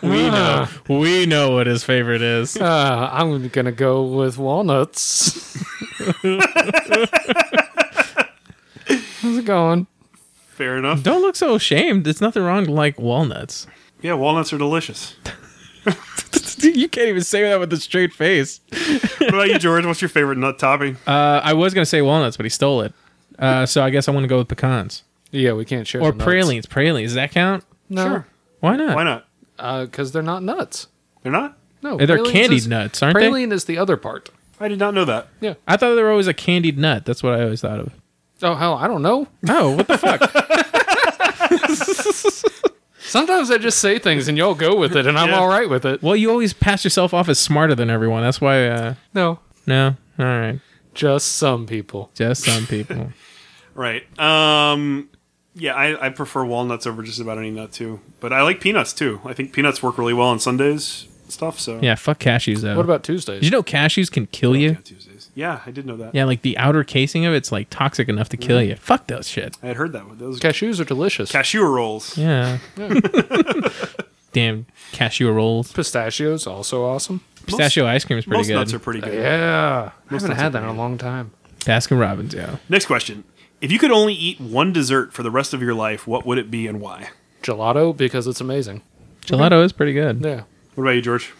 C: We know. We know what his favorite is.
B: Uh, I'm gonna go with walnuts. How's it going?
A: fair enough.
C: Don't look so ashamed. There's nothing wrong to like walnuts.
A: Yeah, walnuts are delicious.
C: you can't even say that with a straight face.
A: What about you, George? What's your favorite nut topping?
C: Uh, I was gonna say walnuts, but he stole it. Uh, so I guess I want to go with pecans
B: Yeah, we can't share.
C: or
B: the nuts.
C: pralines. Pralines. Does that count?
B: No,
A: Sure.
C: Why not?
A: Why not?
B: because they're not nuts.
A: They're not.
B: No,
C: They're
B: pralines
C: candied
B: is-
C: nuts, aren't they?
B: Praline is the other part.
A: I did not know that.
C: I thought they were always a candied nut. That's what I always thought of.
B: Oh hell, I don't know.
C: Oh, what the fuck?
B: Sometimes I just say things and y'all go with it, and I'm
A: Yeah.
B: all right with it.
C: well, you always pass yourself off as smarter than everyone. That's why. Uh,
B: No,
C: no. All right.
B: just some people.
C: Just some people.
A: Right. Um. Yeah, I, I prefer walnuts over just about any nut too. But I like peanuts too. I think peanuts work really well on Sundays and stuff. So
C: yeah. Fuck cashews though.
B: What about
C: Did
B: Tuesdays?
C: you know cashews can kill you?
A: Yeah, Tuesdays. Yeah, I did know that.
C: Yeah, like the outer casing of it's like toxic enough to kill you. Fuck those shit.
A: I had heard that. Those
B: Cashews are delicious.
A: cashew rolls.
C: Yeah. Damn cashew rolls.
B: Pistachios also awesome.
C: Pistachio ice cream is pretty
A: Most
C: good.
A: nuts are pretty good.
B: Yeah, I haven't
A: nuts
B: had
A: are
B: that in a long time.
C: Baskin Robbins. Yeah.
A: Next question. If you could only eat one dessert for the rest of your life, what would it be and why?
B: Gelato because it's amazing.
C: Gelato is pretty good.
B: Yeah.
A: What about you, George?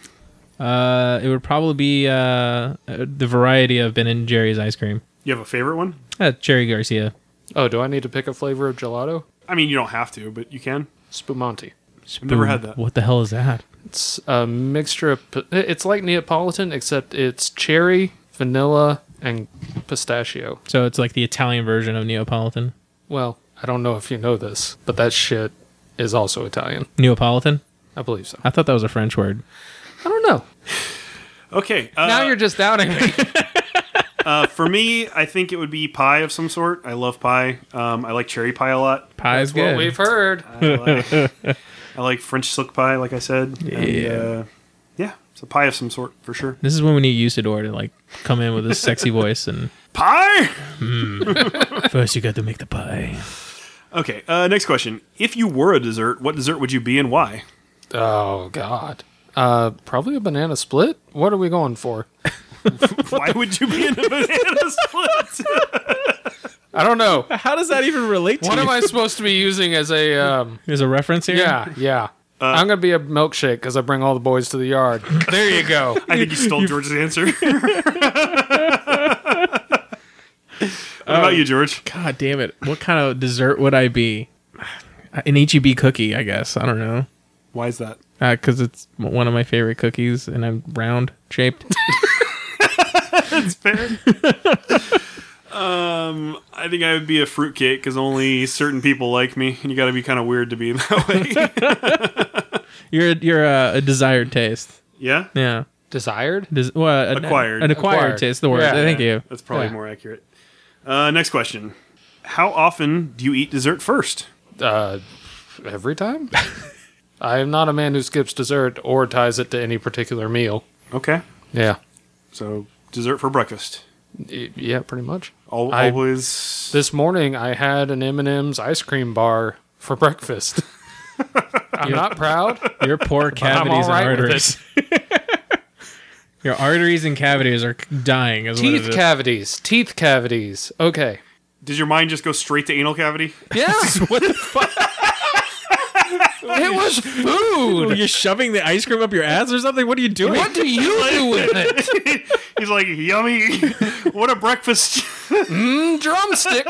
C: Uh, it would probably be uh, uh, the variety of Ben and Jerry's ice cream.
A: You have a favorite one?
C: Uh, Cherry Garcia,
B: Oh, do I need to pick a flavor of gelato?
A: I mean, you don't have to, but you can.
B: Spumante.
A: I've never had that.
C: What the hell is that?
B: It's a mixture of. p- It's like Neapolitan, except it's cherry, vanilla, and pistachio.
C: So it's like the Italian version of Neapolitan.
B: Well, I don't know if you know this, but that shit is also Italian.
C: Neapolitan?
B: I believe so.
C: I thought that was a French word.
B: I don't know.
A: Okay. Uh,
B: Now you're just doubting me.
A: uh, for me, I think it would be pie of some sort. I love pie. Um, I like cherry pie a lot.
C: Pie's good.
B: What we've heard.
A: I like, I like French silk pie, like I said. Yeah. uh, yeah. It's a pie of some sort for sure.
C: This is when we need Usador to like come in with his sexy voice and
A: Pie.
C: first you got to make the pie.
A: Okay. Uh, next question. If you were a dessert, what dessert would you be and why?
B: Oh God. Uh, probably a banana split. What are we going for?
A: Why would you be in a banana split?
B: I don't know.
C: How does that even relate to
B: What
C: you?
B: am I supposed to be using as a? Um,
C: There's a reference here.
B: yeah, Uh, yeah. I'm gonna be a milkshake because I bring all the boys to the yard. There you go.
A: I think you stole George's answer. what about you, George?
C: God damn it! What kind of dessert would I be? An HEB cookie, I guess. I don't know.
A: Why is that?
C: Because it's one of my favorite cookies, and I'm round shaped.
A: Fair. um, I think I would be a fruitcake because only certain people like me, and you got to be kind of weird to be that way.
C: you're you're a, a desired taste.
A: yeah,
C: Yeah.
B: Desired.
C: Des- well, an,
A: Acquired.
C: An acquired,
B: Acquired.
C: taste. The word.
B: Yeah.
C: Thank you.
A: that's probably
B: Yeah.
A: more accurate. Uh, next question: How often do you eat dessert first?
B: Uh, every time. I am not a man who skips dessert or ties it to any particular meal.
A: Okay,
B: Yeah.
A: so dessert for breakfast.
B: Y- Yeah, pretty much.
A: Al-
B: I-
A: always.
B: This morning I had an M&M's ice cream bar for breakfast. I'm not proud.
C: Your poor
B: I'm
C: cavities
B: all right
C: and
B: with
C: arteries. Your arteries and cavities are dying. Is what
B: Teeth
C: it is.
B: cavities. Teeth cavities. Okay.
A: Did your mind just go straight to anal cavity?
B: Yeah. what the fuck? it was
C: Are
B: food.
C: you oh, shoving the ice cream up your ass or something? What are you doing?
B: What do you do with it?
A: He's like, yummy. what a breakfast.
B: Drumstick.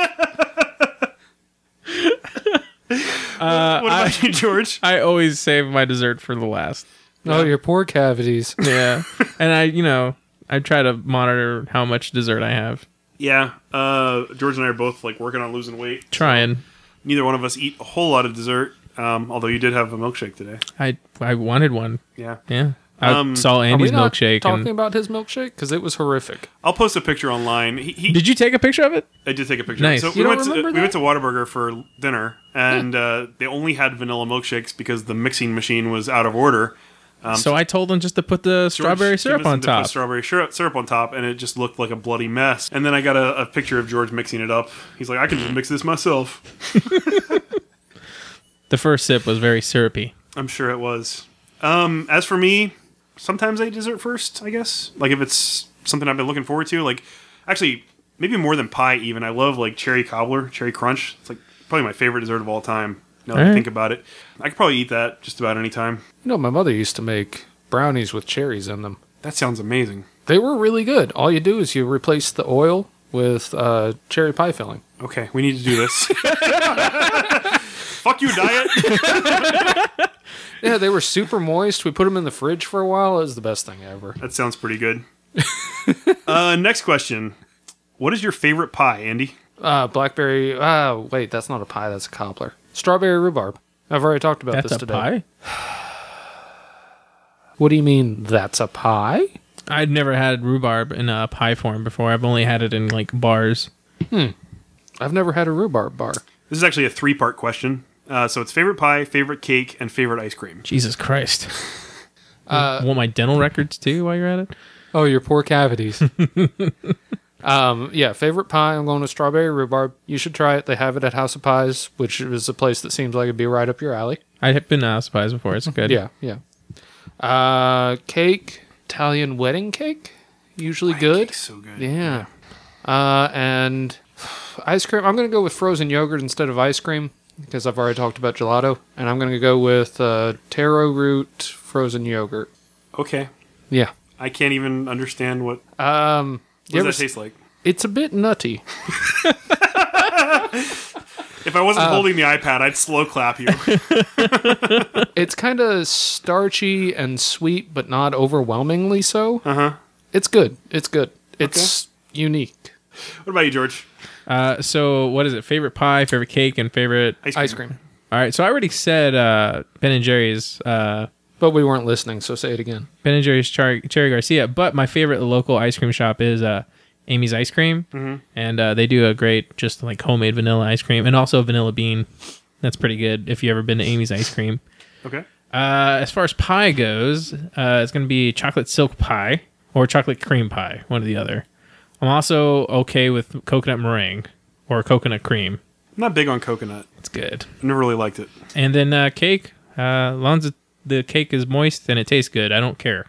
A: what about you, George?
C: I always save my dessert for the last.
B: Oh, your poor cavities.
C: Yeah. and I, you know, I try to monitor how much dessert I have.
A: Yeah, uh, George and I are both like working on losing weight.
C: Trying.
A: Neither one of us eat a whole lot of dessert. Um, although you did have a milkshake today.
C: I I wanted one.
A: Yeah.
C: Yeah. I
A: Um,
C: saw
B: Are we
C: Andy's
B: not
C: milkshake.
B: talking
C: And,
B: about his milkshake? Because it was horrific.
A: I'll post a picture online. He, he,
C: did you take a picture of it?
A: I did take a picture.
C: Nice.
A: So
C: You
A: we
B: don't
A: went, to,
B: remember
A: we went to Whataburger for dinner, and uh, they only had vanilla milkshakes because the mixing machine was out of order.
C: so I told him just to put the
A: George
C: strawberry syrup
A: Jamison
C: on
A: to put
C: top.
A: Strawberry syrup, syrup on top, and it just looked like a bloody mess. And then I got a, a picture of George mixing it up. He's like, "I can just mix this myself."
C: the first sip was very syrupy.
A: I'm sure it was. Um, as for me, sometimes I eat dessert first, I guess. Like if it's something I've been looking forward to, like actually maybe more than pie even. I love like cherry cobbler, cherry crunch. It's like probably my favorite dessert of all time. Now that I
C: Alright.
A: think about it. I could probably eat that just about any time.
B: You know, my mother used to make brownies with cherries in them.
A: That sounds amazing.
B: They were really good. All you do is you replace the oil with uh, cherry pie filling.
A: Okay, we need to do this. Fuck you, diet.
B: Yeah, they were super moist. We put them in the fridge for a while. It was the best thing ever.
A: That sounds pretty good. Uh, next question. What is your favorite pie, Andy?
B: Uh, blackberry. Uh, wait, that's not a pie. That's a cobbler. Strawberry rhubarb. I've already talked about
C: That's
B: this
C: a
B: today.
C: pie.
B: What do you mean that's a pie?
C: I've never had rhubarb in a pie form before. I've only had it in like bars.
B: I've never had a rhubarb bar.
A: This is actually a three part question. Uh, so it's favorite pie, favorite cake, and favorite ice cream.
C: Jesus Christ.
B: Uh,
C: want my dental records too while you're at it?
B: Oh, your poor cavities. um, yeah, favorite pie. I'm going with strawberry rhubarb. You should try it. They have it at House of Pies, which is a place that seems like it'd be right up your alley.
C: I have been to house pies before. It's good.
B: Yeah, yeah. Uh, cake, Italian wedding cake, usually good.
A: So good.
B: Yeah. Uh, and ice cream. I'm gonna go with frozen yogurt instead of ice cream because I've already talked about gelato, and I'm gonna go with uh, taro root frozen yogurt.
A: Okay.
B: Yeah.
A: I can't even understand what, what
B: Um. you
A: does
B: ever
A: that
B: s-
A: taste like.
B: It's a bit nutty.
A: If I wasn't holding the iPad, I'd slow clap you.
B: It's kind of starchy and sweet, but not overwhelmingly so. Uh
A: Uh-huh.
B: huh. It's good. It's good. It's unique.
A: what about you, George?
C: Uh, so what is it? Favorite pie, favorite cake, and favorite.
B: Ice cream.
C: All right. So I already said uh, Ben and Jerry's uh,
B: but we weren't listening, so say it again.
C: Ben and Jerry's Char- Cherry Garcia. But my favorite local ice cream shop is uh, Amy's Ice Cream, and uh, they do a great just like homemade vanilla ice cream and also vanilla bean. That's pretty good if you ever been to Amy's Ice Cream.
A: Okay.
C: Uh, as far as pie goes, uh, it's going to be chocolate silk pie or chocolate cream pie, one or the other. I'm also okay with coconut meringue or coconut cream.
A: I'm not big on coconut.
C: It's good.
A: I never really liked it.
C: And then uh, cake. Uh, long as the cake is moist and it tastes good, I don't care.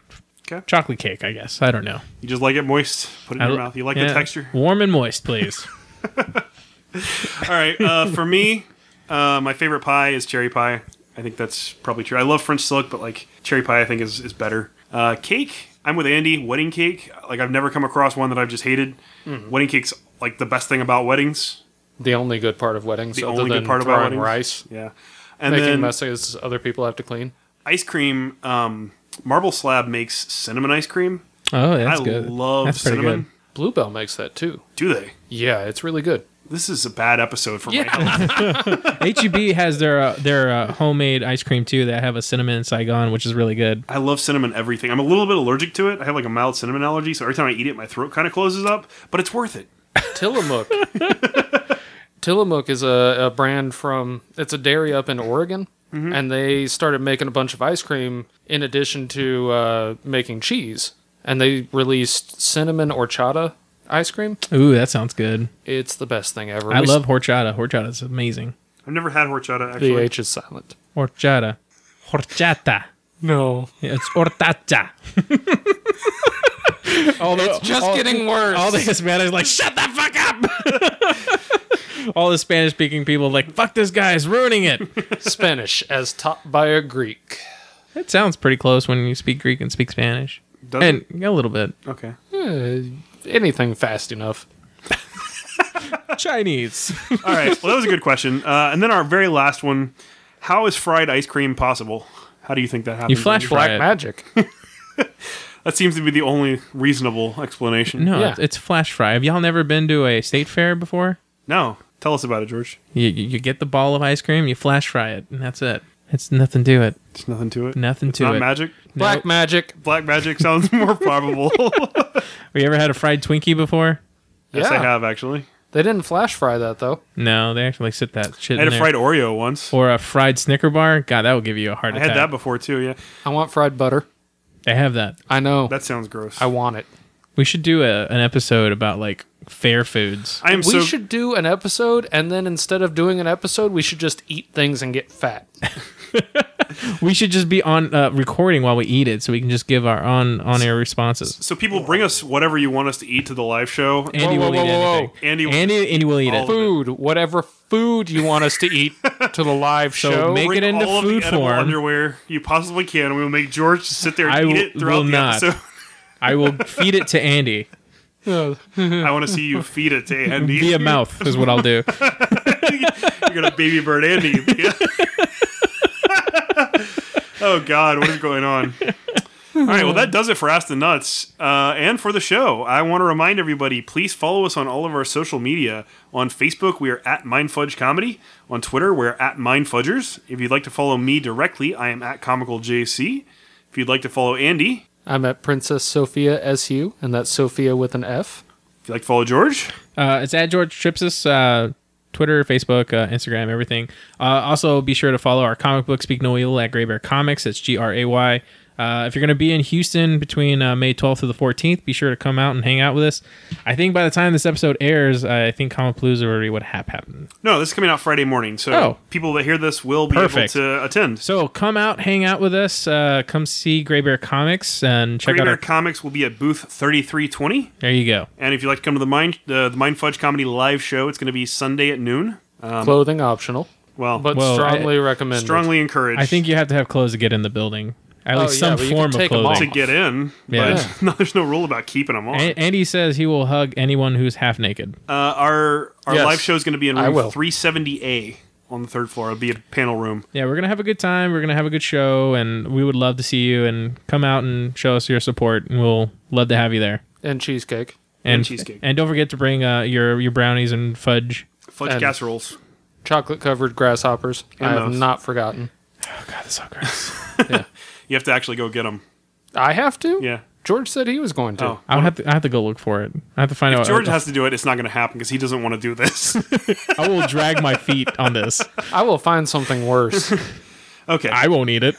A: Okay.
C: Chocolate cake, I guess. I don't know.
A: You just like it moist. Put it in
C: I
A: your
C: l-
A: mouth. You like
C: yeah,
A: the texture.
C: Warm and moist, please.
A: All right. Uh, for me, uh, my favorite pie is cherry pie. I think that's probably true. I love French silk, but like cherry pie, I think is is better. Uh, cake. I'm with Andy. Wedding cake. Like I've never come across one that I've just hated. Wedding cake's like the best thing about weddings.
B: The only good part of weddings,
A: The
B: other
A: only
B: than
A: good part about
B: throwing
A: weddings.
B: rice,
A: Yeah. And
B: making
A: then
B: messes other people have to clean.
A: ice cream. Um, Marble Slab makes cinnamon ice cream.
C: Oh, that's
A: I
C: good.
A: love
C: That's pretty
A: cinnamon.
B: Bluebell makes that too.
A: Do they?
B: Yeah, it's really good.
A: This is a bad episode for
B: Yeah.
A: my health.
C: HEB has their uh, their uh, homemade ice cream too. They have a cinnamon in Saigon, which is really good.
A: I love cinnamon everything. I'm a little bit allergic to it. I have like a mild cinnamon allergy, so every time I eat it, my throat kind of closes up. But it's worth it.
B: Tillamook. Tillamook is a, a brand from it's a dairy up in Oregon, and they started making a bunch of ice cream in addition to uh, making cheese. And they released cinnamon horchata ice cream.
C: Ooh, that sounds good.
B: It's the best thing ever.
C: I
B: We-
C: love horchata. Horchata is amazing.
A: I've never had horchata actually.
B: the H is silent.
C: Horchata. Horchata.
B: No,
C: Yeah, It's hortata. Although,
B: just
A: Oh.
B: getting worse.
C: all the Hispanics like, shut the fuck up. all the Spanish speaking people like, fuck this guy, is ruining it.
B: Spanish as taught by a Greek.
C: It sounds pretty close when you speak Greek and speak Spanish.
A: Does
C: And a little bit.
A: it? Okay.
B: Eh, anything fast enough.
C: Chinese.
A: All right. Well, that was a good question. Uh, and then our very last one: How is fried ice cream possible? How do you think that happens?
C: You flash
A: Andy?
C: fry
B: Black
C: it.
B: magic.
A: That seems to be the only reasonable explanation.
C: No,
B: Yeah.
C: it's, it's flash fry. Have y'all never been to a state fair before?
A: No. Tell us about it, George.
C: You, you you get the ball of ice cream, you flash fry it, and that's it. It's nothing to it.
A: There's nothing to it.
C: Nothing
A: It's
C: to
A: not
C: it.
A: magic.
B: Black magic.
A: Black magic sounds more probable.
C: Have you ever had a fried Twinkie before?
A: yes, I
B: Yeah.
A: have actually.
B: They didn't flash fry that though.
C: No, they actually sit that shit.
A: I had
C: in
A: a
C: there.
A: fried Oreo once.
C: or a fried Snicker bar. God, that will give you a heart
A: I
C: attack.
A: had that before too. Yeah.
B: I want fried butter.
C: They have that.
B: I know.
A: That sounds gross.
B: I want it.
C: We should do a, an episode about like fair foods.
A: I am
B: we
A: so
B: should do an episode, and then instead of doing an episode, we should just eat things and get fat.
C: We should just be on uh, recording while we eat it, so we can just give our on on air responses.
A: So people bring us whatever you want us to eat to the live show.
C: Andy
B: whoa,
C: will
B: whoa,
C: eat
B: whoa,
C: anything.
A: whoa. Andy will-
C: Andy, Andy will eat
A: All
C: it.
A: of it.
B: Food, whatever food you want us to eat to the live
C: So
B: show.
C: make-
A: Bring
C: it into
A: all of the
C: food
A: edible
C: form.
A: underwear you possibly can, and we will make George just sit there and
C: I
A: eat
C: will-
A: it throughout
C: will
A: the
C: not.
A: episode.
C: I will feed it to Andy
B: Uh,
A: I want to see you feed it to Andy.
C: via mouth. Is what I'll do.
A: You're gonna baby bird Andy. oh God, what is going on? All right, well that does it for Ask the Nuts uh, and for the show. I want to remind everybody: please follow us on all of our social media. On Facebook, we are at Mindfudge Comedy. On Twitter, we're at Mindfudgers. If you'd like to follow me directly, I am at Comical JC. If you'd like to follow Andy,
B: I'm at Princess Sophia SU, and that's Sophia with an F.
A: if you'd like to follow George,
C: Uh, it's at George Tripsis, uh, Twitter, Facebook, uh, Instagram, everything. Uh, also, be sure to follow our comic book Speak No Evil at Gray Bear Comics. That's G R A Y. Uh, if you're going to be in Houston between uh, May 12th through the 14th, be sure to come out and hang out with us. I think by the time this episode airs, I think Comic Palooza already would have happened.
A: no, this is coming out Friday morning, so
C: Oh.
A: people that hear this will be
C: Perfect.
A: able to attend.
C: So come out, hang out with us. Uh, come see Gray Bear Comics and check
A: Green
C: out
A: Bear
C: our.
A: Comics will be at booth 3320.
C: there you go.
A: And if you'd like to come to the Mind uh, the Mind Fudge Comedy live show, it's going to be Sunday at noon.
B: Clothing optional,
A: Um, Well,
B: but
C: Well, I-
B: strongly recommended.
A: strongly encouraged
C: I think you have to have clothes to get in the building. At
B: Oh, yeah,
C: least some
B: but you can
C: form of
B: take 'em
A: to
C: clothing.
B: off.
A: get in,
C: Yeah.
A: but no, there's no rule about keeping them on.
C: A- Andy says he will hug anyone who's half naked.
A: Uh, our our
B: Yes.
A: live show is going to be in
B: I
A: room
B: will.
A: 370A on the third floor. It'll be a panel room.
C: Yeah, we're gonna have a good time. We're gonna have a good show, and we would love to see you and come out and show us your support, and we'll love to have you there.
B: and cheesecake.
C: And,
A: cheesecake.
C: And don't forget to bring uh, your your brownies and fudge.
A: Fudge
B: And-
A: casseroles.
B: Chocolate covered grasshoppers. I have
A: those. Ah,
B: not forgotten.
C: God, that's so gross.
A: You have to actually go get them.
B: I have to.
A: Yeah.
B: George said he was going to.
A: Oh.
C: I would have to. I have to go look for it. I have to find out.
A: George has to do it. It's not going to happen because he doesn't want to do this.
C: I will drag my feet on this.
B: I will find something worse.
A: okay.
C: I won't eat it.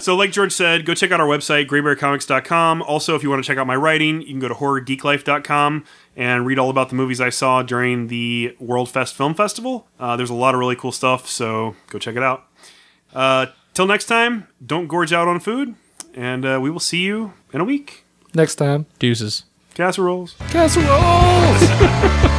A: So, like George said, go check out our website, graybearcomics.com. Also, if you want to check out my writing, you can go to horrorgeeklife.com and read all about the movies I saw during the World Fest Film Festival. Uh, there's a lot of really cool stuff, so go check it out. Uh, till next time, don't gorge out on food, and uh, we will see you in a week.
B: Next time,
C: Deuces.
A: Casseroles.
B: casseroles.